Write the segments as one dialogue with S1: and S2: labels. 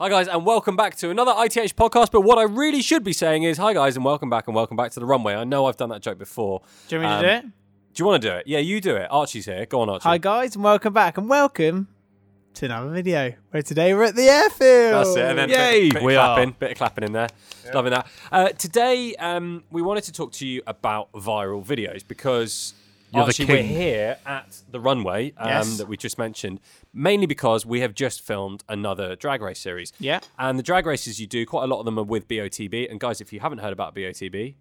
S1: Hi, guys, and welcome back to another ITH podcast. But what I really should be saying is, hi, guys, and welcome back, and welcome back to the runway. I know I've done that joke before.
S2: Do you want me
S1: Um,
S2: to do it?
S1: Do you want to do it? Yeah, you do it. Archie's here. Go on, Archie.
S2: Hi guys, and welcome back, and welcome to another video. Where today we're at the airfield.
S1: That's it. And then
S2: Yay!
S1: bit, bit of
S3: We
S1: clapping, bit of clapping in there. Loving that. Uh, today, um, we wanted to talk to you about viral videos because
S3: the
S1: Archie, we're
S3: king.
S1: here at the runway um,
S2: Yes.
S1: that we just mentioned, mainly because we have just filmed another drag race series.
S2: Yeah.
S1: And the drag races you do, quite a lot of them are with BOTB. And guys, if you haven't heard about BOTB,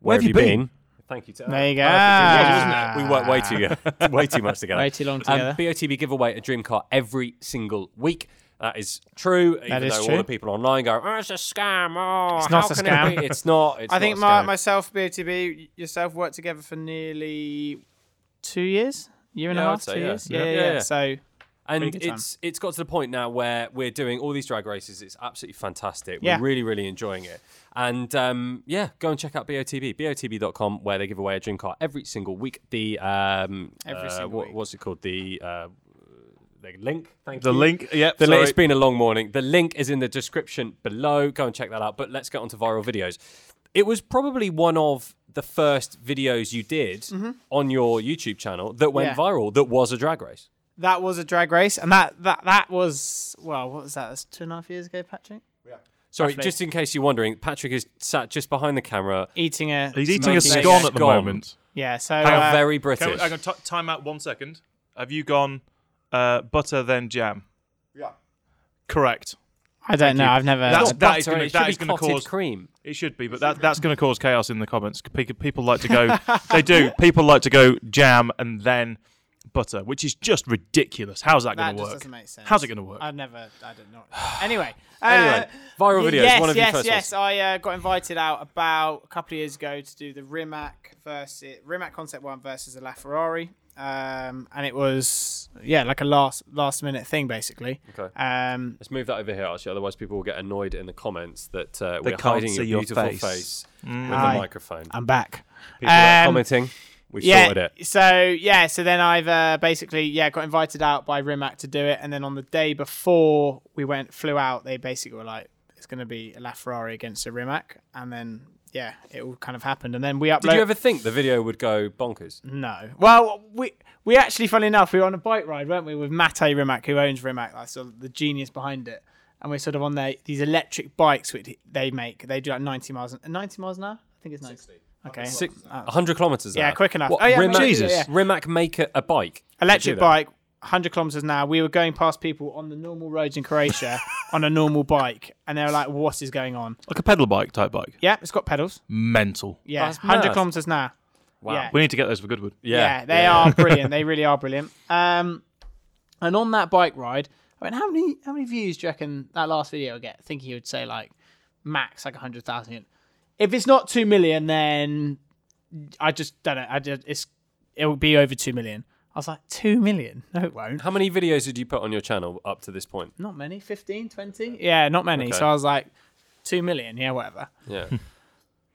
S1: where,
S3: have you been?
S1: Thank you to
S2: There you go.
S1: Perfect. We work way too way too much together.
S2: Way too long
S1: Um,
S2: together.
S1: BOTB give away a dream car every single week. That is true. Even
S2: is
S1: though all
S2: true.
S1: the people online go, oh, it's a scam. Oh,
S2: It's not
S1: how
S2: a
S1: can it
S2: scam."
S1: be?" It's not. It's
S2: I
S1: not
S2: think
S1: a
S2: my,
S1: scam.
S2: myself, BOTB, yourself worked together for nearly two years, year and
S1: Yeah,
S2: a
S1: I'd
S2: half,
S1: say,
S2: two
S1: yeah.
S2: years.
S1: Yeah.
S2: Yeah, yeah.
S1: Yeah,
S2: yeah.
S1: yeah.
S2: So
S1: and
S2: pretty good time.
S1: it's it's got to the point now where we're doing all these drag races. It's absolutely fantastic.
S2: Yeah.
S1: We're really really enjoying it. And um, yeah, go and check out BOTB, BOTB.com, where they give away a dream car every single week. The um, uh,
S2: Every single
S1: what,
S2: week.
S1: What's it called? The uh, the link. Thank
S3: The
S1: you.
S3: link, yeah.
S1: The
S3: sorry.
S1: link, it's been a long morning. The link is in the description below. Go and check that out. But let's get on to viral videos. It was probably one of the first videos you did on your YouTube channel that went
S2: Yeah.
S1: viral that was a drag race.
S2: that was a drag race, and that that that was well, what was that? That's two and a half years ago, Patrick.
S1: Sorry,
S2: Roughly.
S1: just in case you're wondering, Patrick is sat just behind the camera.
S2: Eating a
S3: He's eating a
S2: Mate,
S1: Mate,
S3: scone at the
S1: scone.
S3: moment.
S2: yeah. So
S1: How
S2: uh,
S1: very
S3: Can
S1: British.
S3: we, I can t- time out one second. Have you gone uh, butter then jam?
S4: Yeah.
S3: Correct.
S2: I don't know. I've never.
S3: That's-
S1: Not
S3: that is
S1: butter,
S3: gonna-
S1: it
S3: that
S1: should
S3: is
S1: be
S3: gonna
S1: cottage
S3: cause-
S1: cream.
S3: It should be, but that, that's going to cause chaos in the comments. Pe- People like to go. they do. People like to go jam and then butter, which is just ridiculous. How's that going
S2: that
S3: to
S2: just
S3: work?
S2: doesn't make sense.
S3: How's it going to work?
S2: I've never. I don't know. anyway.
S1: Anyway,
S2: uh,
S1: viral
S2: Y-
S1: videos.
S2: Yes,
S1: one of
S2: yes,
S1: your first ones.
S2: yes. I uh, got invited out about a couple of years ago to do the Rimac versus Rimac Concept One versus the LaFerrari, um, and it was yeah like a last last minute thing basically.
S1: Okay.
S2: Um,
S1: Let's move that over here, actually. Otherwise, people will get annoyed in the comments that uh,
S3: They
S1: we're
S3: can't
S1: hiding your
S3: see your
S1: beautiful face,
S3: face.
S1: with
S2: Aye.
S1: the microphone.
S2: I'm back.
S1: People are
S2: Um,
S1: commenting. We've
S2: yeah.
S1: sorted it.
S2: So yeah. So then I've uh, basically yeah got invited out by Rimac to do it, and then on the day before we went flew out, they basically were like, it's going to be a LaFerrari against a Rimac, and then yeah, it all kind of happened, and then we uploaded.
S1: Did you ever think the video would go bonkers?
S2: No. Well, we we actually, funny enough, we were on a bike ride, weren't we, with Matt Rimac, who owns Rimac, like sort of the genius behind it. And we're sort of on their, these electric bikes which they make. They do like 90 miles, an- 90 miles an hour. I think it's 90. Okay.
S1: Six, 100 kilometers. an
S2: uh, Yeah,
S1: hour.
S2: quick enough.
S1: What,
S2: Oh, yeah,
S1: Rimac,
S2: Jesus. Uh, yeah, yeah.
S1: Rimac make a, a bike. Did you
S2: electric
S1: do that?
S2: bike, 100 kilometers an hour. We were going past people on the normal roads in Croatia on a normal bike, and they were like, "What is going on?"
S3: like a pedal bike type bike.
S2: Yeah, it's got pedals.
S3: Mental.
S2: Yeah,
S1: That's
S2: 100
S1: mad.
S2: kilometers an hour.
S1: Wow.
S2: Yeah.
S3: We need to get those for Goodwood.
S2: Yeah, they are brilliant. they really are brilliant. Um, and on that bike ride, I mean, how many how many views do you reckon that last video will get? I think he would say like max like hundred thousand. If it's not two million, then I just don't know. I just, it's it will be over two million. I was like two million? No, it won't.
S1: How many videos did you put on your channel up to this point?
S2: Not many. 15, 20? Yeah, not many. So I was like two million. Yeah, whatever.
S1: Yeah.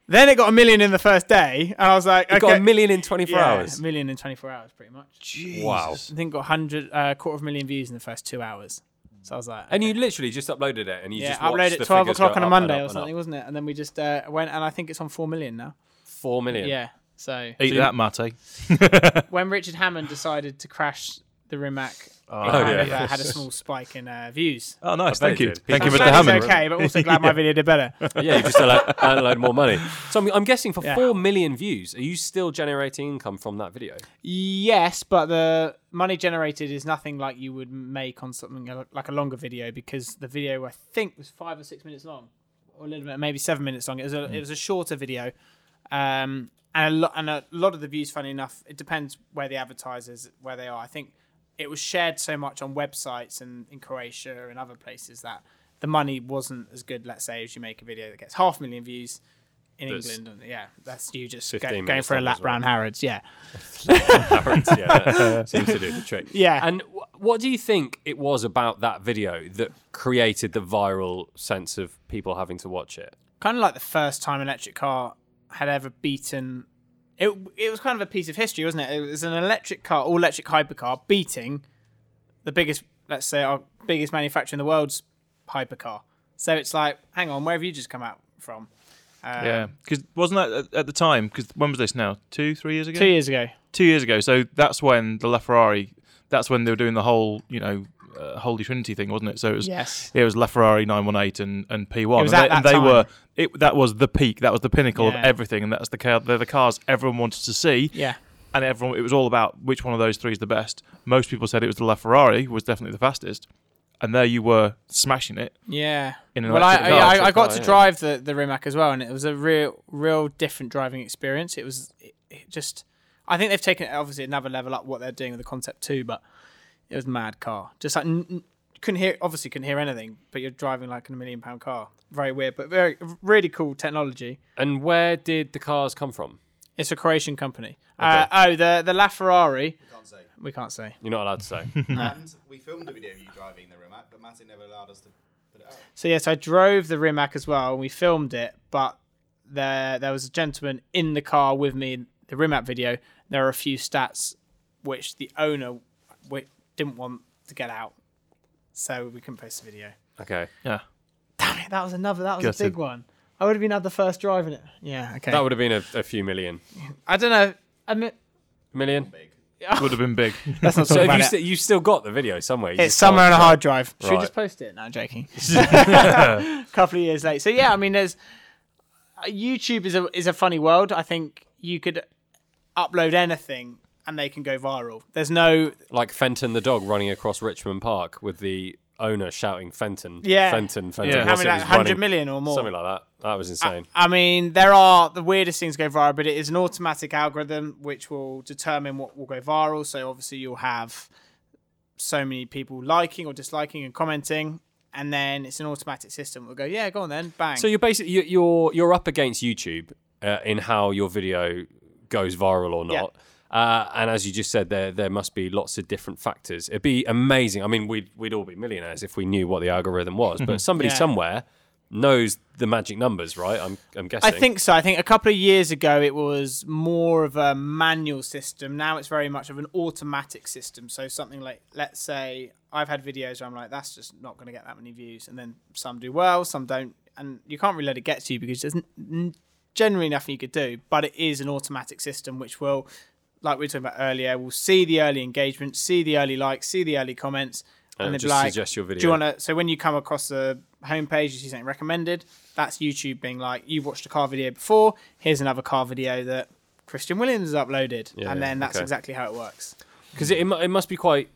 S2: Then it got a million in the first day, and I was like,
S1: You
S2: okay,
S1: got a million in 24
S2: yeah,
S1: hours.
S2: a million in twenty four hours, pretty much.
S1: Wow.
S2: I think got 100 uh, quarter of a million views in the first two hours. So I was like,
S1: And you literally just uploaded it and you
S2: yeah,
S1: just
S2: uploaded
S1: uploaded
S2: at 12 o'clock on a Monday or something, wasn't it? And then we just uh, went, and I think it's on 4 million now.
S1: Four million.
S2: Yeah. So
S3: Eat that mate.
S2: when Richard Hammond decided to crash the Rimac, it
S1: Oh,
S2: kind
S1: yeah.
S2: of, uh, had a small spike in uh, views.
S3: Oh, nice.
S1: bet
S3: Thank
S1: it
S3: you.
S1: did.
S3: Thank
S1: People
S3: you,
S2: I'm glad
S3: Mr.
S2: he's
S3: Hammond.
S2: okay, but also glad my video did better.
S1: Yeah, you just download, download more money. So I'm, I'm guessing for
S2: Yeah.
S1: four million views, are you still generating income from that video?
S2: Yes, but the money generated is nothing like you would make on something a- like a longer video because the video I think was five or six minutes long, or a little bit, maybe seven minutes long. It was a
S1: Hmm.
S2: it was a shorter video, um, and a lot and a lot of the views. Funny enough, it depends where the advertisers where they are. I think it was shared so much on websites and in Croatia and other places that the money wasn't as good. Let's say as you make a video that gets half a million views. In
S1: That's-
S2: England, and yeah, that's you just go,
S1: 15
S2: going
S1: minutes
S2: for a
S1: long
S2: lap
S1: as well.
S2: round Harrods, yeah.
S1: yeah, seems to do the trick.
S2: Yeah.
S1: And wh- what do you think it was about that video that created the viral sense of people having to watch it?
S2: kind of like the first time an electric car had ever beaten. It it was kind of a piece of history, wasn't it? It was an electric car, all electric hypercar, beating the biggest, let's say, our biggest manufacturer in the world's hypercar. So it's like, hang on, where have you just come out from? Uh,
S3: Yeah, because Um, wasn't that at- at the time? Because when was this now? Two, three years ago.
S2: Two years ago.
S3: Two years ago. So that's when the LaFerrari. That's when they were doing the whole, you know, uh, Holy Trinity thing, wasn't it? So it was.
S2: Yes.
S3: It was LaFerrari 918 and, and P1.
S2: It was
S3: and they,
S2: at that
S3: and they
S2: time.
S3: were it that was the peak, that was the pinnacle
S2: Yeah.
S3: of everything and that's the car they're the cars everyone wanted to see
S2: Yeah.
S3: and everyone it was all about which one of those three is the best. Most people said it was the LaFerrari was definitely the fastest. And there you were smashing it.
S2: Yeah.
S3: In an
S2: well, I,
S3: electric car,
S2: I, I, I
S1: electric
S2: got
S1: car,
S2: to
S1: yeah.
S2: drive the, the Rimac as well, and it was a real, real different driving experience. It was it, it just, I think they've taken it obviously another level up what they're doing with the Concept 2, but it was mad car. Just like, n- n- couldn't hear, obviously couldn't hear anything, but you're driving like a million pound car. Very weird, but very, really cool technology.
S1: And where did the cars come from?
S2: It's a Croatian company. Uh, oh, the, the LaFerrari,
S4: Can't say.
S2: we can't say.
S1: You're not allowed to say.
S4: And we filmed a video of you driving the Rimac, but Martin never allowed us to put it out.
S2: So yes, I drove the Rimac as well, and we filmed it. But there, there was a gentleman in the car with me in the Rimac video. There are a few stats which the owner w- didn't want to get out, so we couldn't post the video.
S1: okay.
S3: Yeah.
S2: Damn it! That was another. That was a
S3: Gutted.
S2: big one. I would have been had the first drive in it. Yeah. Okay.
S1: That would have been a, a few million.
S2: I don't know. I mean,
S1: Million?
S3: Would have been big.
S2: let's not talk
S1: So have
S2: about
S1: you
S2: it.
S1: st- you've still got the video somewhere. you
S2: It's
S1: just can't-
S2: somewhere on a hard drive. Should we
S1: Right.
S2: just post it? No, I'm joking. a couple of years late. So yeah, I mean, there's uh, YouTube is a is a funny world. I think you could upload anything and they can go viral. There's no
S1: Like Fenton the dog running across Richmond Park with the owner shouting Fenton.
S2: Yeah.
S1: Fenton, Fenton.
S3: Yeah.
S2: how
S1: whilst
S2: many
S1: it
S2: like
S1: was
S2: 100
S1: running.
S2: million Uh, or more.
S1: Something like that. That was insane.
S2: I mean, there are the weirdest things go viral, but it is an automatic algorithm which will determine what will go viral. So obviously, you'll have so many people liking or disliking and commenting, and then it's an automatic system. We'll go, yeah, go on then, bang.
S1: So you're basically you- you're you're up against YouTube uh, in how your video goes viral or
S2: Yeah.
S1: not. Uh, and as you just said, there there must be lots of different factors. It'd be amazing. I mean, we'd we'd all be millionaires if we knew what the algorithm was. But somebody
S2: Yeah.
S1: somewhere knows the magic numbers, right? I'm I'm guessing.
S2: I think so. I think a couple of years ago it was more of a manual system. Now it's very much of an automatic system. So something like, let's say, I've had videos where I'm like, that's just not going to get that many views, and then some do well, some don't, and you can't really let it get to you because there's n- n- generally nothing you could do. But it is an automatic system which will, like we were talking about earlier, will see the early engagement, see the early likes, see the early comments,
S1: And
S2: and
S1: it'll
S2: they'd be
S1: just
S2: like,
S1: suggest your
S2: Do you
S1: video."
S2: want to? uh, So when you come across the homepage, you see something recommended. That's YouTube being like, you've watched a car video before. Here's another car video that Christian Williams has uploaded,
S1: Yeah,
S2: and
S1: yeah,
S2: then that's
S1: okay.
S2: exactly how it works.
S1: because it, it mu- it must be quite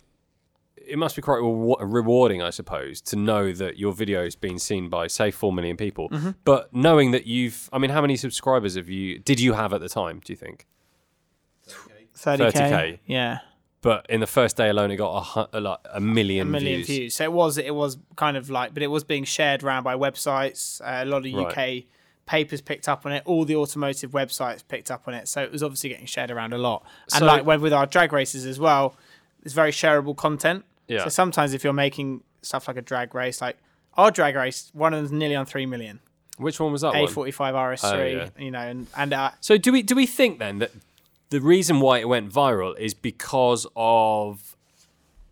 S1: it must be quite rewa- rewarding, I suppose, to know that your video has been seen by say four million people.
S2: Mm-hmm.
S1: But knowing that you've, I mean, how many subscribers have you did you have at the time? Do you think?
S2: Thirty
S1: 30K.
S2: k, yeah,
S1: but in the first day alone, it got a, hu- a, like a million,
S2: a million views. So it was, it was kind of like, but it was being shared around by websites. Uh, a lot of UK papers picked up on it. All the automotive websites picked up on it. So it was obviously getting shared around a lot. And
S1: So-
S2: like with with our drag races as well, it's very shareable content.
S1: Yeah.
S2: So sometimes if you're making stuff like a drag race, like our drag race, one of them's nearly on three million.
S1: Which one was that one?
S2: A45 RS3,
S1: Oh,
S2: you know, and, and uh,
S1: So do we do we think then that the reason why it went viral is because of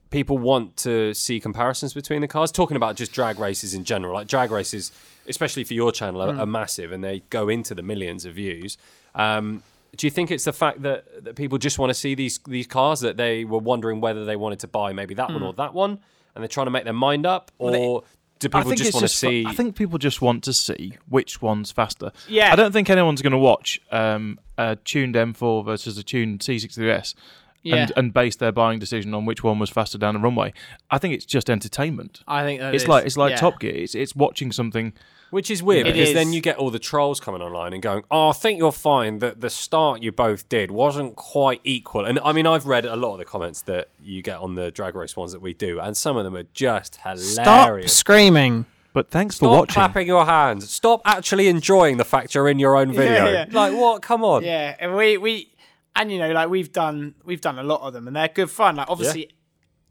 S1: people want to see comparisons between the cars? Talking about just drag races in general, like drag races, especially for your channel, are,
S3: Mm.
S1: are massive and they go into the millions of views. Um, do you think it's the fact that, that people just want to see these these cars that they were wondering whether they wanted to buy maybe that one
S3: Mm.
S1: or that one, and they're trying to make their mind up, or do people just want to see?
S3: I think people just want to see which one's faster.
S2: Yeah.
S3: I don't think anyone's going to watch um, a tuned M4 versus a tuned C63S
S2: Yeah.
S3: and, and base their buying decision on which one was faster down the runway. I think it's just entertainment.
S2: I think that
S3: it's
S2: is-
S3: like it's like
S2: yeah.
S3: Top Gear. It's it's watching something.
S1: Which is weird
S2: It
S1: because
S2: is.
S1: then you get all the trolls coming online and going, "Oh, I think you'll find that the start you both did wasn't quite equal." And I mean, I've read a lot of the comments that you get on the drag race ones that we do, and some of them are just
S2: Stop
S1: hilarious.
S2: screaming.
S3: But thanks
S1: Stop
S3: for watching.
S1: clapping your hands. Stop actually enjoying the fact you're in your own video.
S2: yeah.
S1: Like what? Come on.
S2: Yeah, and we we and you know like we've done we've done a lot of them, and they're good fun. Like obviously,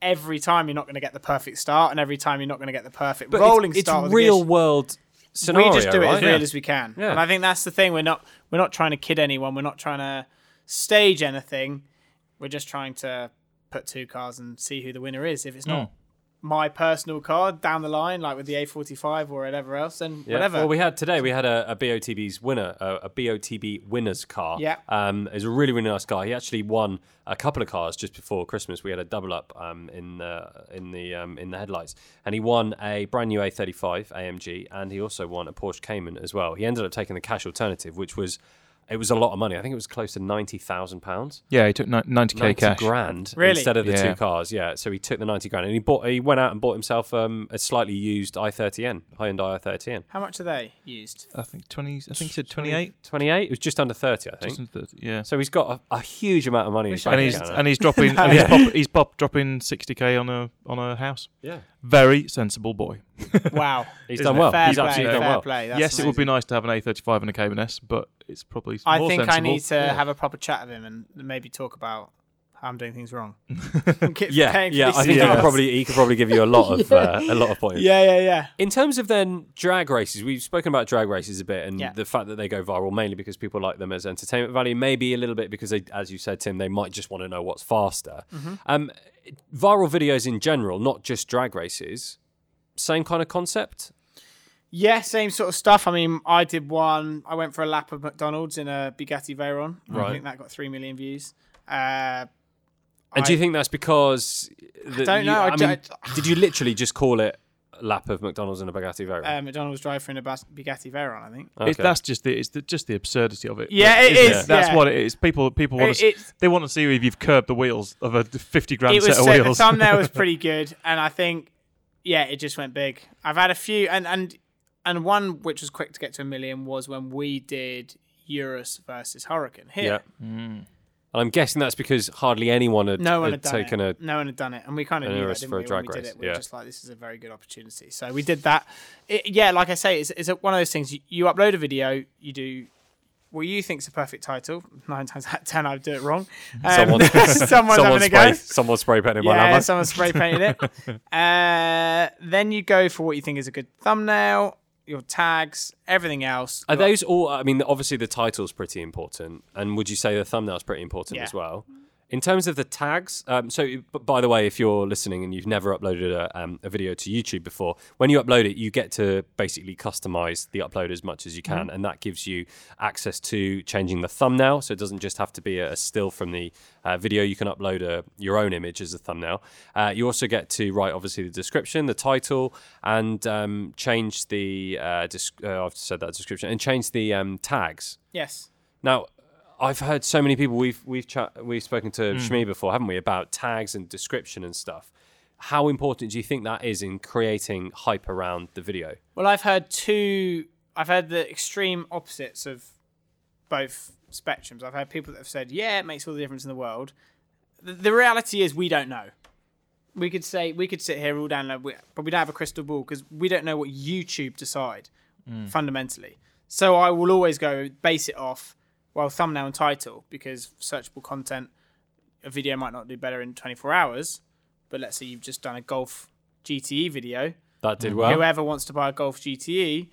S2: every time you're not going to get the perfect start, and every time you're not going to get the perfect
S1: But it's-
S2: rolling
S1: it's,
S2: start. with the
S1: real
S2: gear
S1: world
S2: shift.
S1: scenario.
S2: we just do it as
S1: right?
S2: real as we can,
S1: Yeah.
S2: and I think that's the thing. We're not we're not trying to kid anyone. We're not trying to stage anything. We're just trying to put two cars and see who the winner is. If it's not
S1: Hmm.
S2: my personal car down the line, like with the A45 or whatever else, and
S1: Yeah.
S2: whatever.
S1: Well, we had today. We had a, a BOTB's winner, a, a BOTB winner's car.
S2: Yeah.
S1: um, is a really really nice guy. He actually won a couple of cars just before Christmas. We had a double up um, in the in the um, in the headlights, and he won a brand new A35 AMG, and he also won a Porsche Cayman as well. He ended up taking the cash alternative, which was it was a lot of money. I think it was close to ninety thousand pounds.
S3: Yeah, he took ni- 90k
S1: 90
S3: cash.
S1: grand
S2: Really?
S1: instead of the
S3: Yeah.
S1: two cars. Yeah, so he took the 90 grand and he bought he went out and bought himself um, a slightly used i30n, Hyundai i30n.
S2: How much are they used?
S3: I think 20. I think he said 28.
S1: 28? It was just under 30, I think.
S3: Just under 30, yeah.
S1: So he's got a, a huge amount of money in his
S2: Wish I
S1: bank
S3: and he's
S1: account.
S3: and he's dropping and he's, pop, he's pop dropping 60k on a on a house.
S1: yeah.
S3: Very sensible boy.
S2: Wow.
S1: He's
S3: Isn't
S1: done
S3: it?
S1: well.
S2: fair
S1: he's
S2: play.
S1: absolutely
S2: fair
S1: done well.
S2: play. That's
S3: yes, it would be
S2: amazing.
S3: nice to have an A35 and a Cayman S, but it's probably
S2: I
S3: more
S2: think I
S3: sensible.
S2: need to have a proper chat with him and maybe talk about how I'm doing things wrong.
S1: Yeah, yeah. I think he could probably he could probably give you a lot of uh, a lot of points.
S2: Yeah, yeah, yeah.
S1: In terms of then drag races, we've spoken about drag races a bit and
S2: Yeah.
S1: the fact that they go viral mainly because people like them as entertainment value, maybe a little bit because, they, as you said, Tim, they might just want to know what's faster.
S2: Mm-hmm.
S1: Um, viral videos in general, not just drag races, same kind of concept.
S2: Yeah, same sort of stuff. I mean, I did one. I went for a lap of McDonald's in a Bugatti Veyron. I
S1: Right.
S2: think that got three million views. Uh,
S1: And do you think that's because? that
S2: don't
S1: you-
S2: know, I
S1: mean,
S2: don't-
S1: did you literally just call it a lap of McDonald's and a Bugatti Veyron?
S2: uh, McDonald's driver in a Bas- Bugatti Veyron, I think.
S1: Okay.
S3: It, that's just the it's the, just the absurdity of it.
S2: Yeah, it
S3: isn't
S2: is,
S3: That's
S2: yeah.
S3: what it is. People people want
S2: It-
S3: to
S2: it's-
S3: they want to see if you've curbed the wheels of a 50 grand
S2: It was
S3: set of
S2: so, the
S3: wheels.
S2: thumbnail was pretty good, and I think yeah, it just went big. I've had a few, and and and one which was quick to get to a million was when we did Eurus versus Hurricane here.
S1: yeah.
S3: Mm.
S1: And I'm guessing that's because hardly anyone had,
S2: No one had,
S1: had
S2: done
S1: taken
S2: it.
S1: a.
S2: No one had done it, and we kind of
S1: an
S2: knew that
S1: Urus
S2: didn't
S1: for a
S2: we? When
S1: drag
S2: we did
S1: race,
S2: it, we were
S1: yeah.
S2: just like, this is a very good opportunity. So we did that. It, yeah, like I say, it's, it's a, one of those things. You, you upload a video, you do what you think's a perfect title. Nine times out of ten, I do it wrong. Um,
S1: Someone-
S2: someone's
S1: Someone
S2: having a
S1: spray,
S2: go.
S1: someone spray painted my
S2: Yeah,
S1: number.
S2: someone spray painted it. Uh, then you go for what you think is a good thumbnail, your tags, everything else.
S1: Are those all? I mean, obviously the title's pretty important, and would you say the thumbnail's pretty important
S2: Yeah.
S1: as well? In terms of the tags, um, so b- by the way, if you're listening and you've never uploaded a, um, a video to YouTube before, when you upload it, you get to basically customize the upload as much as you can, and that gives you access to changing the thumbnail. So it doesn't just have to be a, a still from the uh, video; you can upload a, your own image as a thumbnail. Uh, you also get to write, obviously, the description, the title, and um, change the. Uh, disc- uh, I've said that description and change the um, tags.
S2: yes.
S1: Now, I've heard so many people we've we've chat, we've spoken to Shmi before, haven't we, about tags and description and stuff. How important do you think that is in creating hype around the video?
S2: Well, I've heard two. I've heard the extreme opposites of both spectrums. I've had people that have said, "Yeah, it makes all the difference in the world." The, the reality is, we don't know. We could say we could sit here all down, like, we- but we don't have a crystal ball because we don't know what YouTube decide fundamentally. So I will always go base it off well thumbnail and title because searchable content. A video might not do better in 24 hours, but let's say you've just done a golf GTE video
S1: That did well.
S2: whoever wants to buy a Golf GTE,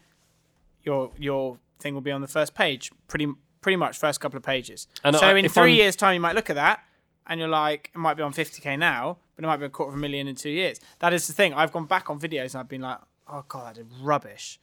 S2: your your thing will be on the first page, pretty pretty much first couple of pages.
S1: And
S2: so
S1: I-
S2: in
S1: if
S2: 3
S1: I'm-
S2: years' time, you might look at that and you're like, it might be on 50k now, but it might be a quarter of a million in two years. That is the thing. I've gone back on videos and I've been like, oh god, that did rubbish.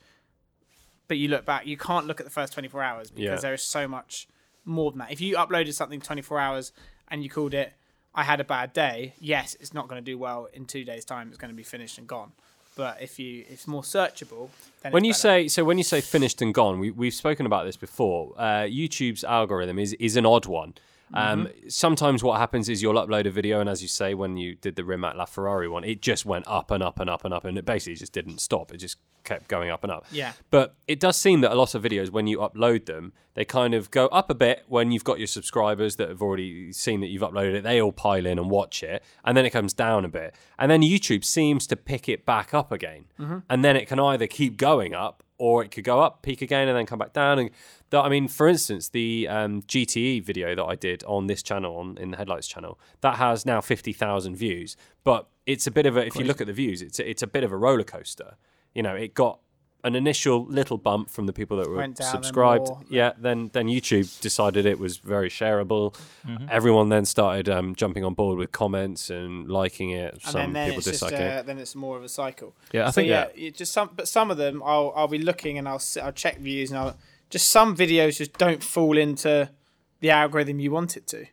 S2: But you look back, you can't look at the first 24 hours because
S1: Yeah.
S2: there is so much more than that. If you uploaded something 24 hours and you called it I had a bad day, yes, it's not going to do well in two days' time. It's going to be finished and gone. But if you, it's more searchable. Then
S1: When you
S2: it's better.
S1: say so, when you say finished and gone, we, we've spoken about this before. Uh, YouTube's algorithm is is an odd one. Um, Sometimes what happens is you'll upload a video, and as you say, when you did the Rimac LaFerrari one, it just went up and up and up and up, and it basically just didn't stop. It just kept going up and up.
S2: Yeah.
S1: But it does seem that a lot of videos, when you upload them, they kind of go up a bit when you've got your subscribers that have already seen that you've uploaded it. They all pile in and watch it, and then it comes down a bit, and then YouTube seems to pick it back up again, and then it can either keep going up or it could go up, peak again, and then come back down. And that, I mean, for instance, the um, GTE video that I did on this channel, on in the headlights channel, that has now fifty thousand views. But it's a bit of a if you look at the views, it's a, it's a bit of a roller coaster. You know, it got an initial little bump from the people that were
S2: Went down, then
S1: subscribed.
S2: more.
S1: Yeah, then then YouTube decided it was very shareable. Everyone then started um, jumping on board with comments and liking it.
S2: and
S1: Some
S2: then, then
S1: people
S2: it's just uh,
S1: disliking it.
S2: then it's more of a cycle.
S3: Yeah, I
S2: So,
S3: think-
S2: yeah, it just some, but some of them I'll I'll be looking and I'll s- I'll check views and I'll just some videos just don't fall into the algorithm you want it to.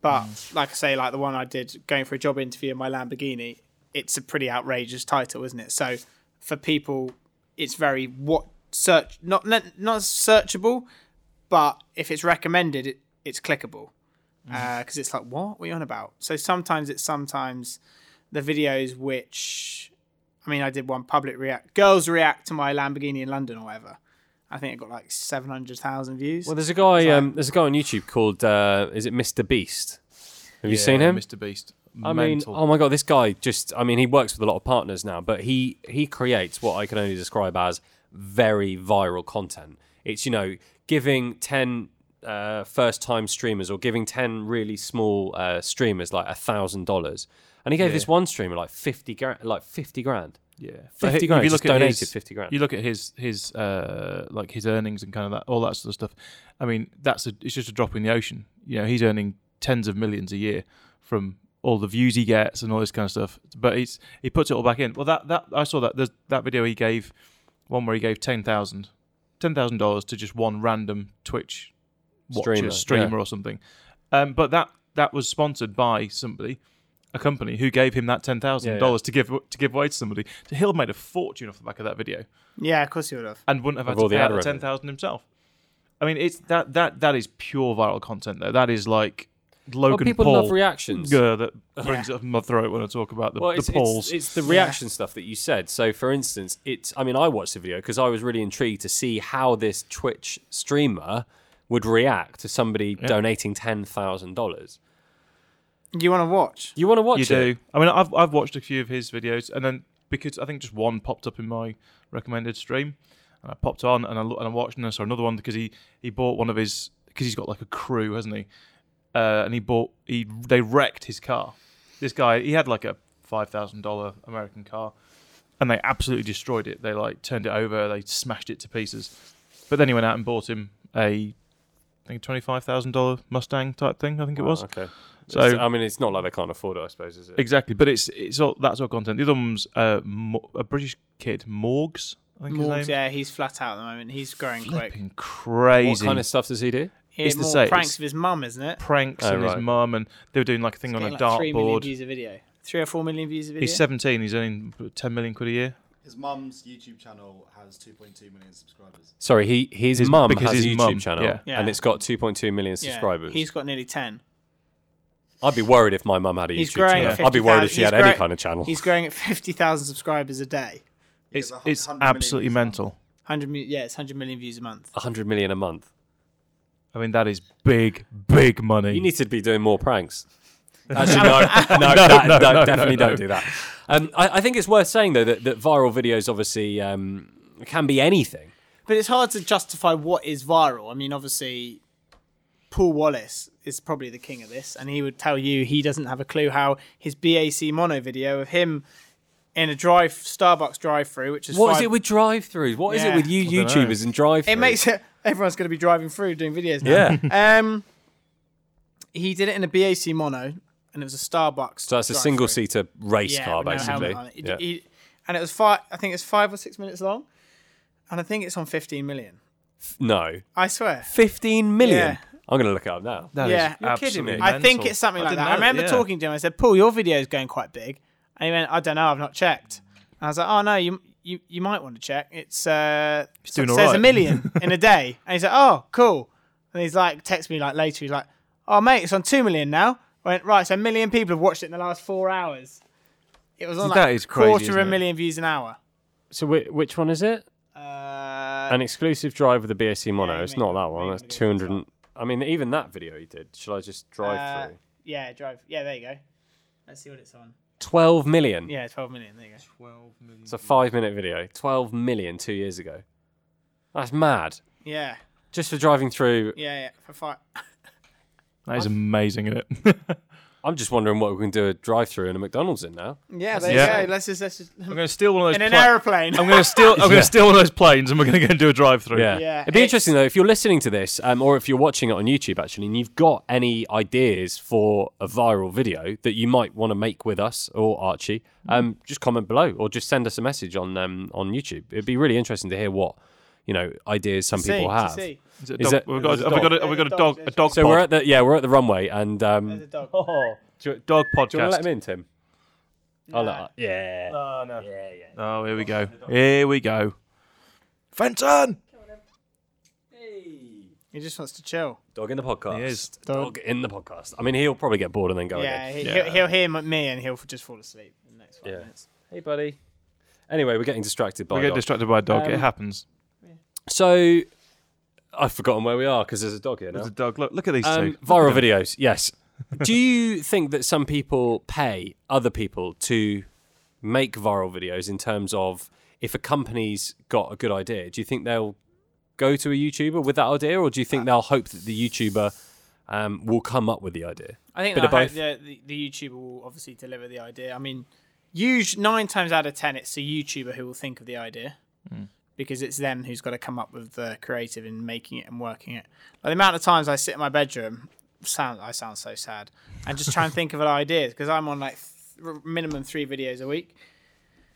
S2: But
S3: Mm.
S2: like I say, like the one I did going for a job interview in my Lamborghini, it's a pretty outrageous title, isn't it? So for people, it's very what search not not not searchable, but if it's recommended, it, it's clickable because it's like what what are you on about? So sometimes it's sometimes the videos which I mean I did one public react girls react to my Lamborghini in London or whatever. I think it got like seven hundred thousand views.
S1: Well, there's a guy. Um, there's a guy on YouTube called uh, is it Mr Beast? Have you seen him?
S3: Mr. Beast.
S1: I mean, oh my god, this guy just—I mean, he works with a lot of partners now, but he he creates what I can only describe as very viral content. It's you know giving 10 uh, first-time streamers or giving ten really small uh, streamers like a thousand dollars, and he gave this one streamer like fifty grand, like fifty grand.
S3: yeah,
S1: 50 grand,
S3: If you
S1: just
S3: look at
S1: donated
S3: his-
S1: 50 grand.
S3: You look at his his uh, like his earnings and kind of that all that sort of stuff. I mean, that's a, it's just a drop in the ocean. You know, he's earning tens of millions a year from all the views he gets and all this kind of stuff. But he's he puts it all back in. Well, that that I saw that there's that video he gave one where he gave ten thousand. Ten thousand dollars to just one random Twitch watcher,
S1: Streamer,
S3: streamer, or something. Um, but that that was sponsored by somebody, a company who gave him that ten thousand
S1: Yeah, yeah.
S3: dollars to give to give away to somebody. So he'll have made a fortune off the back of that video
S2: yeah, of course you would have.
S3: and wouldn't have
S1: Of
S3: had
S1: all
S3: to
S1: the
S3: pay out
S1: ad
S3: the
S1: revenue.
S3: ten thousand himself. I mean, it's that that that is pure viral content though. That is like
S1: Well,
S3: Logan
S1: people
S3: Paul.
S1: love reactions.
S3: Yeah, that brings it up in my throat when I talk about the,
S1: Well,
S3: the
S1: it's,
S3: polls.
S1: it's, it's the reaction stuff that you said. So, for instance, it's I mean, I watched the video because I was really intrigued to see how this Twitch streamer would react to somebody donating ten thousand dollars.
S2: You want to watch?
S1: You want to watch
S3: you
S1: it?
S3: do. I mean, I've I've watched a few of his videos, and then because I think just one popped up in my recommended stream, and I popped on and I looked and I watched and I saw another one because he he bought one of his because he's got like a crew, hasn't he? Uh, and he bought he they wrecked his car. This guy he had like a five thousand dollar American car, and they absolutely destroyed it. They like turned it over, they smashed it to pieces. But then he went out and bought him a. I think twenty five thousand dollar Mustang type thing. I think it was.
S1: Okay.
S3: So-
S1: So, I mean, it's not like they can't afford it, I suppose, is it?
S3: Exactly, but it's it's all that's all content. The other one's uh, Mo- a British kid, Morgs. I think
S2: Morgs,
S3: his name.
S2: yeah, he's flat out at the moment. He's growing quick.
S3: Flipping
S1: What
S3: crazy
S1: kind of stuff does he do?
S2: He's
S3: to
S2: more
S3: say,
S2: pranks
S3: it's-
S2: of his mum, isn't it?
S3: pranks
S1: Oh,
S3: and
S1: right.
S3: his mum, and they were doing like a thing on
S2: Getting
S3: a
S2: like three million
S3: dartboard.
S2: views a video, three or four million views a video.
S3: He's seventeen. He's earning ten million quid a year.
S4: His mum's YouTube channel has 2.2 million subscribers.
S1: Sorry, he his,
S3: His-
S1: mum has
S3: because
S1: a
S3: his
S1: YouTube
S3: mum,
S1: channel
S3: yeah.
S2: Yeah.
S1: and it's got 2.2 million
S2: Yeah,
S1: subscribers.
S2: He's got nearly ten.
S1: I'd be worried if my mum had a
S2: He's
S1: YouTube
S2: growing
S1: channel.
S2: at
S1: I'd be worried if
S2: 50,000
S1: she had
S2: he's
S1: any
S2: grow-
S1: kind of channel.
S2: He's growing at fifty thousand subscribers a day.
S3: It's
S4: a hun-
S3: it's
S4: 100 million
S3: absolutely
S4: views a month.
S3: mental.
S2: Hundred, yeah, it's hundred million views a month.
S1: 100 million a month.
S3: I mean, that is big, big money.
S1: You need to be doing more pranks. Actually, no, no, that-
S3: no,
S1: no,
S3: no,
S1: definitely
S3: no,
S1: don't do that. Um, I, I think it's worth saying though that, that viral videos obviously um, can be anything.
S2: But it's hard to justify what is viral. I mean, obviously, Paul Wallace is probably the king of this, and he would tell you he doesn't have a clue how his BAC mono video of him in a drive Starbucks drive-through, which is
S1: What is
S2: five-
S1: it with drive-throughs? What is
S2: Yeah.
S1: it with you
S3: I dunno.
S1: YouTubers and drive?
S2: it makes it everyone's going to be driving through doing videos now.
S1: yeah.
S2: Um, he did it in a BAC mono, and it was a Starbucks.
S1: so that's a
S2: drive-through.
S1: single-seater race car
S2: with no
S1: basically.
S2: helmet on it. It-
S1: yeah.
S2: it- and it was five. I think it's five or six minutes long, and I think it's on fifteen million.
S1: no,
S2: I swear.
S1: 15 million.
S2: Yeah.
S1: I'm going to look it up now.
S3: That is
S2: Yeah. You're
S1: kidding
S3: absolutely
S1: me.
S2: I think
S3: mental.
S2: it's something
S3: I
S2: like
S3: didn't
S2: that. I
S3: know-
S2: remember
S3: yeah.
S2: talking to him. I said, "Paul, your video's going quite big," and he went, "I don't know. I've not checked." And I was like, "Oh no, you you, you might want to check. It's uh, so it
S3: doing all
S2: says a
S3: right."
S2: million in a day." And he's like, "Oh, cool." And he's like, text me like later. He's like, "Oh mate, it's on two million now." I went right. So a million people have watched it in the last four hours. It was on like
S3: That is crazy,
S2: quarter of
S3: isn't
S2: a
S3: it?
S2: million views an hour.
S1: So which one is it?
S2: Uh,
S1: An exclusive drive with the BSC mono.
S2: Yeah,
S1: it's
S2: make
S1: not
S2: the-
S1: that one.
S2: make
S1: That's
S2: the videos
S1: 200. and- I mean, even that video he did. Shall I just
S2: Uh,
S1: drive through?
S2: yeah, drive. Yeah, there you go. Let's see what it's on.
S1: 12 million.
S2: Yeah, 12 million. There you go.
S1: It's a five minute video. 12 million two years ago. That's mad.
S2: Yeah,
S1: Just for driving through.
S2: yeah, yeah. For five.
S3: That is amazing, isn't it?
S1: I'm just wondering what we can do a drive-through in a McDonald's in now.
S2: Yeah, there
S3: Yeah.
S2: you go. Let's just, let's just
S3: I'm going to steal one of those.
S2: in an
S3: pla-
S2: aeroplane.
S3: I'm going to steal. I'm going
S1: Yeah.
S3: to steal one of those planes, and we're going to go and do a drive-through.
S1: Yeah.
S2: Yeah,
S1: It'd be
S2: it-
S1: interesting though if you're listening to this, um, or if you're watching it on YouTube actually, and you've got any ideas for a viral video that you might want to make with us or Archie,
S2: Mm-hmm.
S1: um, just comment below or just send us a message on um, on YouTube. It'd be really interesting to hear what you know ideas some
S2: see,
S1: people
S2: to
S1: have.
S2: see.
S3: Is it a
S1: Is
S3: dog-
S1: it-
S3: we've got,
S1: is it
S3: have
S1: a
S3: we
S1: dog?
S3: got a, have we got a
S2: There's a
S3: dog?
S2: dog,
S3: A dog.
S1: So
S3: pod?
S1: we're at the yeah we're at the runway and um,
S2: There's a dog.
S3: dog
S1: do you want to
S3: podcast.
S1: let him in, Tim? I'll let-
S2: Nah.
S1: yeah.
S3: Oh no. Yeah, yeah. Oh, here we go. Here we go. Fenton.
S2: He just wants to chill.
S1: Dog in the podcast.
S3: He is.
S1: Dog in the podcast. I mean, he'll probably get bored and then go
S2: Yeah,
S1: again.
S2: he,
S3: Yeah.
S2: He'll, he'll hear m- me and he'll f- just fall asleep in the next five
S1: Yeah.
S2: minutes.
S1: Hey, buddy. Anyway, we're getting distracted by
S3: We get
S1: dog.
S3: distracted by a dog. it
S1: Um,
S3: happens.
S1: So I've forgotten where we are because there's a dog here now.
S3: There's a dog. Look, look at these
S1: Um,
S3: two.
S1: viral videos, yes. Do you think that some people pay other people to make viral videos in terms of if a company's got a good idea, do you think they'll go to a YouTuber with that idea, or do you think they'll hope that the YouTuber um, will come up with the idea?
S2: I think
S1: Bit
S2: that
S1: of
S2: hope
S1: both.
S2: the, the, the YouTuber will obviously deliver the idea. I mean, usu nine times out of ten, it's the YouTuber who will think of the idea
S1: Hmm.
S2: because it's them who's got to come up with the creative and making it and working it. Like the amount of times I sit in my bedroom, sound I sound so sad, and just try and think of an idea because I'm on like th- minimum three videos a week.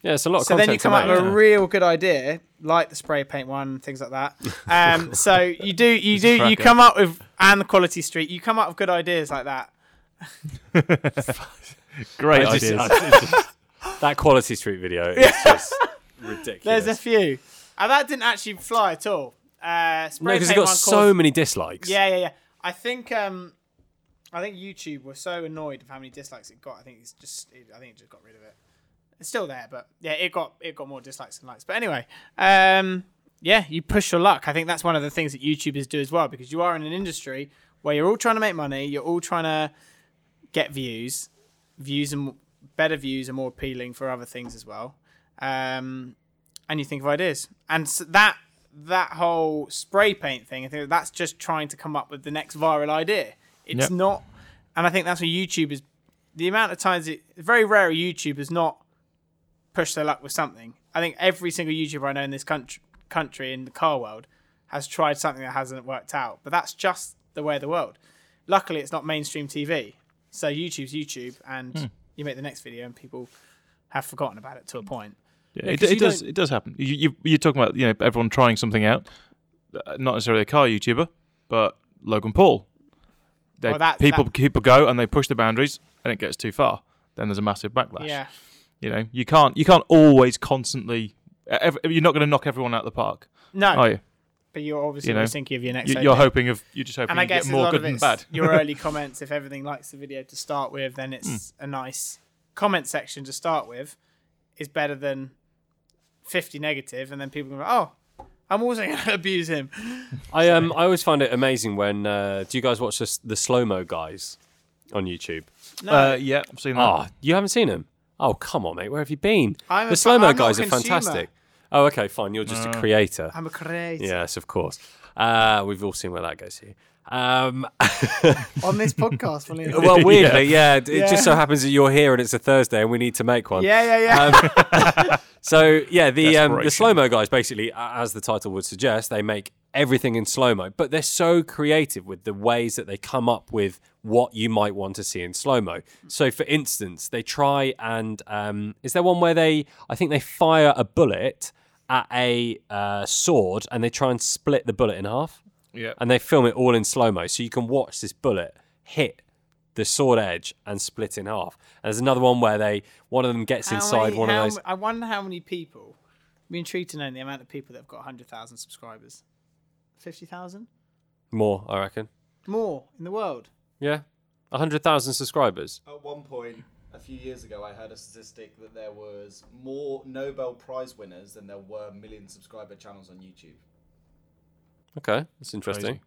S1: Yeah, it's a lot of
S2: So
S1: content.
S2: then you
S1: to
S2: come up
S1: make.
S2: with a real good idea, like the spray paint one, and things like that. Um, so you do, you do, you
S3: cracker.
S2: come up with and the Quality Street. You come up with good ideas like that.
S3: Great
S1: I just-
S3: ideas.
S1: that quality street video is just ridiculous.
S2: There's a few, and that didn't actually fly at all. Uh,
S1: no,
S2: spray
S1: because it
S2: paint
S1: got
S2: one
S1: so
S2: caused-
S1: many dislikes.
S2: Yeah, yeah, yeah. I think um, I think YouTube were so annoyed of how many dislikes it got. I think it's just, it, I think it just got rid of it. It's still there, but yeah, it got it got more dislikes than likes. But anyway, um, yeah, you push your luck. I think that's one of the things that YouTubers do as well, because you are in an industry where you're all trying to make money, you're all trying to get views, views and better views are more appealing for other things as well. Um, and you think of ideas, and s that that whole spray paint thing, I think that's just trying to come up with the next viral idea. It's
S3: Yep.
S2: not, and I think that's what YouTubers. The amount of times it very rare a YouTuber's not push their luck with something. I think every single YouTuber I know in this country, country in the car world, has tried something that hasn't worked out. But that's just the way of the world. Luckily, it's not mainstream TV, so YouTube's YouTube, and you make the next video, and people have forgotten about it to a point.
S3: Yeah, it,
S1: 'cause
S3: it
S1: you
S3: does. It does happen. You, you you're talking about you know everyone trying something out, Uh, not necessarily a car YouTuber, but Logan Paul. They,
S2: Well, that-
S3: people
S2: that-
S3: people go and they push the boundaries, and it gets too far. Then there's a massive backlash.
S2: Yeah,
S3: You know, you can't you can't always constantly. e-, ev you're not going to knock everyone out of the park,
S2: no,
S3: are you?
S2: but you're obviously
S3: you know,
S2: always thinking of your next.
S3: you
S2: idea.
S3: you're hoping of you're just hoping
S2: and
S3: you
S2: I guess
S3: get
S2: a
S3: more
S2: lot
S3: good
S2: of
S3: than
S2: it's
S3: bad.
S2: your early comments. If everything likes the video to start with, then it's
S3: Hmm.
S2: a nice comment section to start with. Is better than fifty negative, and then people go, "Oh, I'm also going to abuse him."
S1: I um I always find it amazing when uh, do you guys watch this, the slow mo guys on YouTube?
S2: No,
S3: Uh, yeah, I've seen that.
S1: Oh, you haven't seen them? Oh, come on, mate. Where have you been?
S2: Ah. I'm a
S1: the
S2: fa-
S1: slow mo
S2: I'm not
S1: guys
S2: a
S1: are
S2: consumer. Uh,
S1: fantastic. Oh, okay, fine. You're just a creator.
S2: I'm a crazy.
S1: Yes, of course. Uh, we've all seen where that goes here. Um,
S2: On this podcast, funnily enough.
S1: well, weirdly, yeah. It it
S2: Yeah.
S1: just so happens that you're here and it's a Thursday and we need to make one.
S2: yeah, yeah, yeah.
S1: So yeah, the um, the
S3: Desperation.
S1: slow mo guys basically, a- as the title would suggest, they make everything in slow mo, but they're so creative with the ways that they come up with what you might want to see in slow mo. So for instance, they try and um, is there one where they I think they fire a bullet at a uh, sword and they try and split the bullet in half
S3: yeah.
S1: and they film it all in slow mo, so you can watch this bullet hit the sword edge and split in half. And there's another one where they one of them gets
S2: How
S1: inside
S2: many-
S1: one
S2: how
S1: of those.
S2: m- I wonder how many people. I'd be intrigued to know the amount of people that have got 100,000 subscribers. 50,000
S1: More, I reckon.
S2: more in the world.
S1: Yeah. 100,000 subscribers.
S4: At one point, a few years ago, I heard a statistic that there was more Nobel Prize winners than there were million subscriber channels on YouTube.
S1: Okay. That's interesting.
S3: Crazy.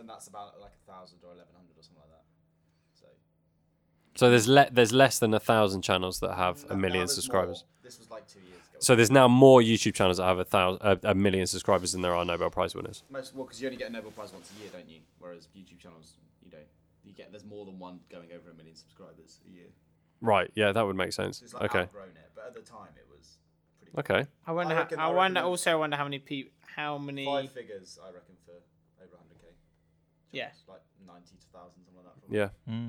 S4: And that's about like a thousand or eleven hundred or something like that. So
S1: So there's le- there's less than a 1,000 channels that have a
S4: Now
S1: million
S4: there's
S1: subscribers.
S4: more. This was like two years ago.
S1: So there's now more YouTube channels that have a, thousand, a, a million subscribers than there are Nobel Prize winners.
S4: Most well, because you only get a Nobel Prize once a year, don't you? Whereas YouTube channels, you know, You get there's more than one going over a million subscribers a year.
S1: Right. Yeah, that would make sense.
S4: So it's like
S1: okay.
S4: outgrown it, but at the time it was pretty
S1: Okay.
S2: I wonder.
S4: I
S2: how,
S4: reckon
S2: I
S4: I
S2: wonder.
S4: recommend-
S2: Also, wonder how many people. How many?
S4: five figures I reckon for over 100k.
S2: Yeah.
S4: It's like 90 to 1,000 something like that. probably.
S1: Yeah.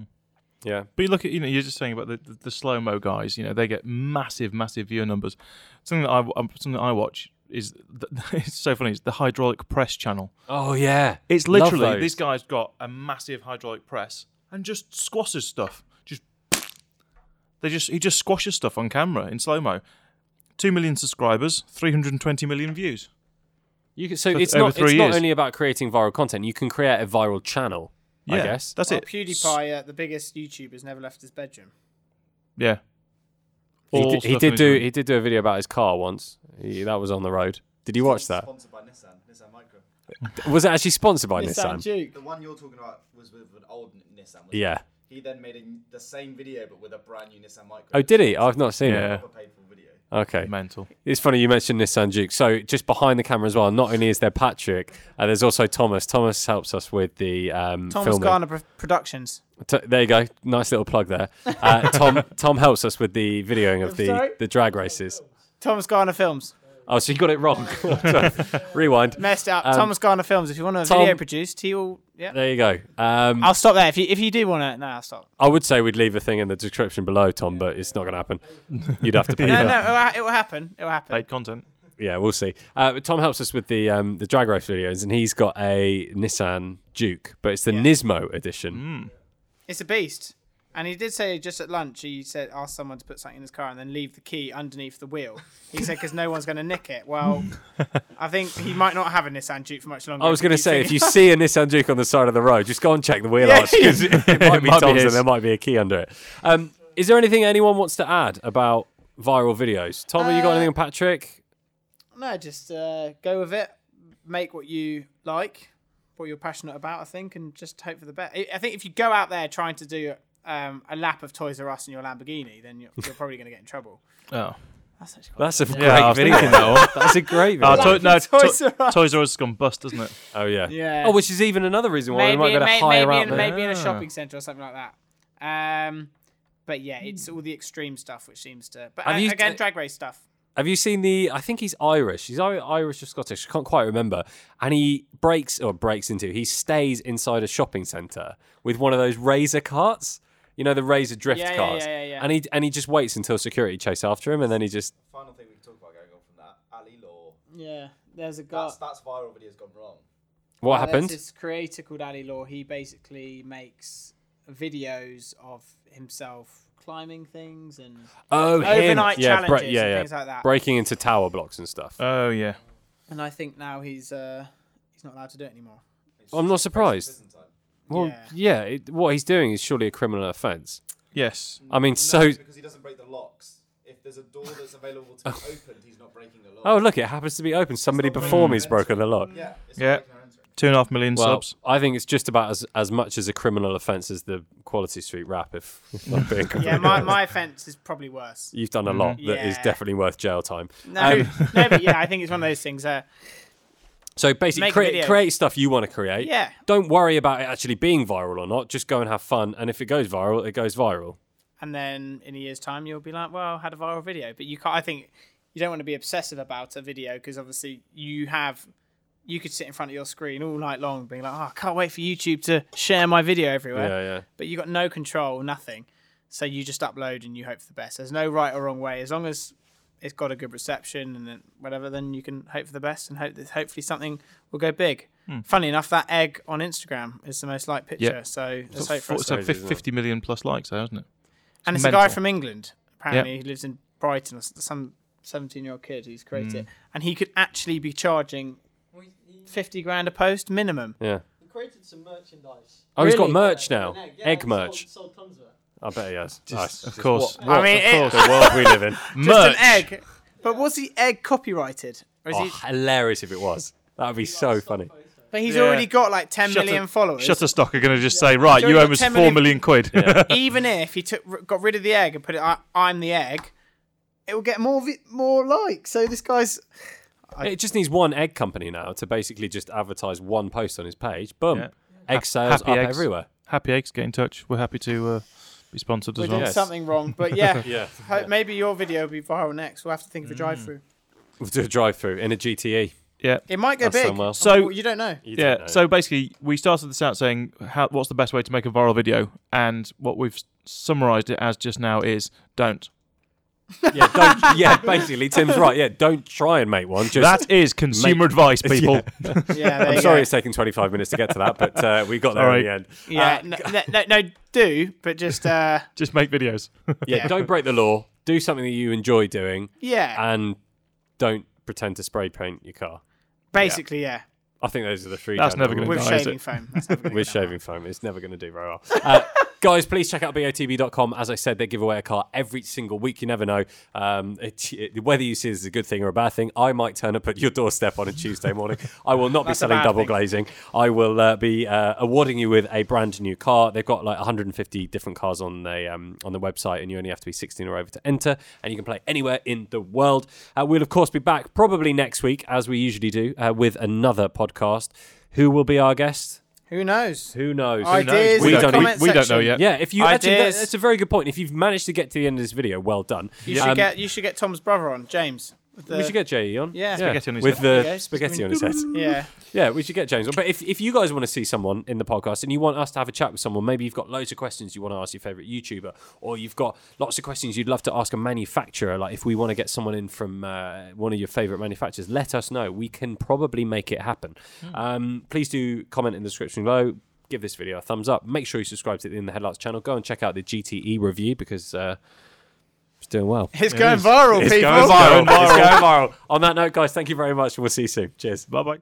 S1: Yeah.
S3: But you look at you know you're just saying about the, the, the slow mo guys. You know they get massive, massive viewer numbers. Something that I um, something that I watch is the, it's so funny. It's the hydraulic press channel.
S1: Oh yeah.
S3: It's
S1: Love
S3: literally
S1: those.
S3: these guys got a massive hydraulic press and just squashes stuff. Just they just he just squashes stuff on camera in slow mo. Two million subscribers, three hundred and twenty million views.
S1: You can, so
S3: For
S1: it's
S3: over
S1: not it's
S3: three
S1: not
S3: years.
S1: only about creating viral content. You can create a viral channel. I guess.
S3: that's
S2: Well,
S3: it.
S2: Oh, PewDiePie, uh, the biggest YouTuber, has never left his bedroom.
S3: Yeah.
S1: He
S3: All
S1: did, he
S3: stuff
S1: did
S3: in his
S1: do
S3: room.
S1: he did do a video about his car once. He, that was on the road. Did you watch that?
S4: Sponsored by Nissan, Nissan Micro.
S1: Was it actually sponsored by
S2: Nissan
S1: Nissan?
S4: The
S2: Duke.
S4: one you're talking about was with an old N- Nissan. wasn't it?
S1: Yeah.
S4: He then made a, n- the same video but with a brand new Nissan Micro.
S1: Oh, did he? I've not seen
S3: Yeah.
S1: it.
S4: Proper paid for video.
S1: Okay.
S3: mental.
S1: It's funny you mentioned Nissan Duke. So just behind the camera as well. Not only is there Patrick, uh, there's also Thomas. Thomas helps us with the um,
S2: Thomas
S1: filming.
S2: Garner Pro- Productions.
S1: T- there you go. Nice little plug there. Uh, Tom Tom helps us with the videoing of
S2: sorry?
S1: the, the drag races.
S2: Thomas Garner Films.
S1: Oh, so you got it wrong. Sorry. Rewind.
S2: Messed up. Thomas Garner Films. If you want a
S1: Um, Tom-
S2: video produced, he will. Yeah.
S1: There you go. Um,
S2: I'll stop there. If you if you do want to, no, I'll stop.
S1: I would say we'd leave a thing in the description below, Tom, but it's not going to happen. You'd have to pay.
S2: No,
S1: for
S2: no,
S1: that.
S2: it'll, ha- it'll happen. It'll happen.
S3: Paid content.
S1: Yeah, we'll see. Uh, but Tom helps us with the um, the drag race videos, and he's got a Nissan Duke, but it's the Nismo edition.
S2: It's a beast. And he did say just at lunch, he said, ask someone to put something in his car and then leave the key underneath the wheel. He said, because no one's going to nick it. Well, I think he might not have a Nissan Duke for much longer.
S1: I was going to
S2: He's
S1: say, if
S2: thinking-
S1: you see a Nissan Duke on the side of the road, just go and check the wheel
S2: Yeah.
S1: arch because it might be
S3: Might be
S1: Tom's and
S3: his.
S1: there might be a key under it. Um, is there anything anyone wants to add about viral videos? Tom, have you got
S2: Uh,
S1: anything on Patrick?
S2: No, just uh, go with it. Make what you like, what you're passionate about, I think, and just hope for the best. I I think if you go out there trying to do um, a lap of Toys R Us in your Lamborghini, then you're, you're probably going to get in trouble.
S3: Oh.
S2: That's actually quite
S1: That's a
S3: Yeah, I
S1: great
S3: was
S1: video.
S3: thinking that one.
S1: That's a great
S3: Uh,
S1: video.
S3: to- no, to-
S2: Toys R Us.
S3: Toys R Us has gone bust, doesn't it?
S1: oh, yeah.
S2: Yeah.
S1: Oh, which is even another reason why
S2: maybe,
S1: we might get a
S2: may-
S1: higher
S2: maybe
S1: out
S2: in,
S1: there.
S2: maybe in a
S3: Ah.
S2: shopping centre or something like that. Um, but yeah, it's all the extreme stuff which seems to. But
S1: Have
S2: uh,
S1: you-
S2: again, drag race stuff.
S1: Have you seen the? I think he's Irish. He's I- Irish or Scottish. I can't quite remember. And he breaks or breaks into. He stays inside a shopping centre with one of those razor carts. You know the razor drift
S2: Yeah, yeah,
S1: cars.
S2: yeah, yeah, yeah.
S1: And he and he just waits until security chase after him, and then he just
S4: Final thing we can talk about going on from that Ali Law.
S1: Uh,
S2: Yeah, there's a guy.
S4: That's, that's viral videos gone wrong.
S1: what
S4: Oh,
S2: There's
S1: happened?
S2: This creator called Ali Law. He basically makes videos of himself climbing things and
S1: oh, him.
S2: overnight
S1: yeah,
S2: challenges
S1: yeah,
S2: and
S1: yeah.
S2: things like that.
S1: Breaking into tower blocks and stuff.
S3: Oh yeah.
S2: and I think now he's uh he's not allowed to do it anymore.
S1: I'm not surprised.
S4: Prison time.
S1: Well,
S2: Yeah.
S1: yeah, it, what he's doing is surely a criminal offence.
S3: Yes.
S1: I mean,
S4: Mm, No,
S1: so
S4: because he doesn't break the locks. If there's a door that's available to be opened, he's not breaking the lock.
S1: oh look, it happens to be open. Somebody
S4: not
S1: before
S4: really
S1: me's broken the lock.
S4: Yeah. It's
S3: Yeah.
S4: Not breaking our entry.
S3: Two and a half million subs.
S1: I think it's just about as, as much as a criminal offence as the Quality Street rap. If, if I'm being completely
S2: Yeah, my,
S1: honest.
S2: my offence is probably worse.
S1: you've done a lot that is
S2: Yeah.
S1: definitely worth jail time.
S2: No,
S1: Um,
S2: no, but yeah, I think it's one of those things. Uh,
S1: so basically,
S2: Make a
S1: create
S2: video.
S1: create stuff you want to create.
S2: Yeah.
S1: Don't worry about it actually being viral or not. Just go and have fun, and if it goes viral, it goes viral.
S2: and then in a year's time you'll be like well I had a viral video but you can't i think you don't want to be obsessive about a video because obviously you have you could sit in front of your screen all night long being like oh i can't wait for youtube to share my video everywhere
S1: Yeah, yeah.
S2: but you got no control nothing so you just upload and you hope for the best there's no right or wrong way as long as it's got a good reception and then whatever then you can hope for the best and hope that hopefully something will go big
S3: Hmm.
S2: funny enough that egg on instagram is the most liked picture
S3: Yeah.
S2: so let's
S3: It's,
S2: hope for
S3: four,
S2: it
S3: it's a
S1: crazy,
S3: fif-
S1: isn't it?
S3: fifty million plus likes, there, isn't it?
S2: and it's a guy
S3: mental.
S2: from England apparently who lives in Brighton or s- some 17 year old kid who's
S3: Hmm.
S2: created it and he could actually be charging 50 grand a post minimum
S1: Yeah.
S5: He created some merchandise.
S1: Oh, he's got
S2: Really?
S1: merch now.
S5: Yeah, yeah,
S1: Egg
S5: sold-
S1: merch.
S5: Sold, tons of it.
S1: I bet he has. Nice.
S3: of course.
S1: What,
S2: I mean,
S1: of
S2: it-
S1: course, the world we live in.
S2: just
S3: Merch.
S2: an egg but was the egg copyrighted or is
S1: Oh,
S2: he,
S1: hilarious if it was. That would be so funny.
S2: but he's
S3: Yeah.
S2: already got like 10 million
S3: Shutter-
S2: followers
S3: Shutterstock are going to just say, right,
S2: Sure,
S3: you
S2: you've
S3: owe
S2: got
S3: us
S2: 10
S3: four
S2: million-
S3: million quid.
S2: even if he took r- got rid of the egg and put it I, I'm the egg it will get more vi- more likes so this guy's
S1: It just needs one egg company now to basically just advertise one post on his page. Boom.
S3: Yeah.
S1: Egg sales
S3: happy
S1: up
S3: eggs.
S1: everywhere.
S3: Happy Eggs, get in touch. We're happy to uh, be sponsored
S2: We're
S3: as
S2: doing
S3: well.
S1: Yes.
S2: something wrong, but yeah,
S1: Yeah. Mm.
S2: ho- maybe your video will be viral next. We'll have to think of a drive-through.
S1: We'll do a drive through in a GTE.
S3: Yeah.
S2: It might go
S1: That's
S2: big. Oh,
S1: done well.
S3: So-
S2: you don't know.
S1: You don't
S3: Yeah.
S1: know.
S3: So basically, we started this out saying, how, "What's the best way to make a viral video?" And what we've s- summarised it as just now is, "Don't."
S1: yeah, don't, yeah, basically, Tim's right. Yeah, don't try and make one. Just
S3: That is consumer advice, people.
S2: Yeah, there
S1: I'm
S2: you
S1: sorry
S2: go.
S1: it's taking 25 minutes to get to that, but uh, we got there
S3: Sorry.
S1: in the end.
S2: Yeah, no, no, no, no, do, but just uh,
S3: Just make videos.
S1: Yeah, don't break the law. Do something that you enjoy doing,
S2: yeah,
S1: and don't pretend to spray paint your car.
S2: basically, yeah,
S1: I think those are the three.
S3: That's
S1: general
S3: never gonna
S1: rules.
S2: with
S3: Nice.
S2: shaving foam. That's never gonna
S1: with
S2: go down.
S1: shaving foam. It's never going to do very well. Uh, guys, please check out botb.com. As I said, they give away a car every single week. You never know um, it, it- whether you see this as a good thing or a bad thing. I might turn up at your doorstep on a Tuesday morning. I will not be
S2: That's a
S1: selling
S2: bad
S1: double
S2: thing.
S1: glazing. I will uh, be uh, awarding you with a brand new car. They've got like 150 different cars on the um, on the website, and you only have to be 16 or over to enter. And you can play anywhere in the world. Uh, we'll of course be back probably next week, as we usually do, uh, with another podcast. Who will be our guest?
S2: Who knows?
S1: Who knows?
S2: Ideas.
S1: We
S2: in the
S1: don't-
S2: comment
S3: we- we don't know
S2: section.
S3: yet.
S1: Yeah, if you actually, that,
S2: Ideas.
S1: that's a very good point. If you've managed to get to the end of this video, well done.
S2: You
S1: Um,
S2: should get you should get Tom's brother on, James. with
S1: we
S2: the-
S1: should get Jay on.
S2: Yeah.
S3: Spaghetti on his
S1: with
S3: head.
S1: the
S2: Okay.
S1: spaghetti on his head.
S2: yeah.
S1: Yeah, we should get James on. But if, if you guys want to see someone in the podcast and you want us to have a chat with someone, maybe you've got loads of questions you want to ask your favorite YouTuber, or you've got lots of questions you'd love to ask a manufacturer. Like if we want to get someone in from uh, one of your favorite manufacturers, let us know. We can probably make it happen.
S3: Hmm.
S1: Um, please do comment in the description below. Give this video a thumbs up. Make sure you subscribe to the In the Headlights channel. Go and check out the GTE review because uh, it's doing well.
S2: It's going viral, people.
S3: going viral.
S1: It's going viral. On that note, guys, thank you very much, and we'll see you soon. Cheers.
S3: Bye bye.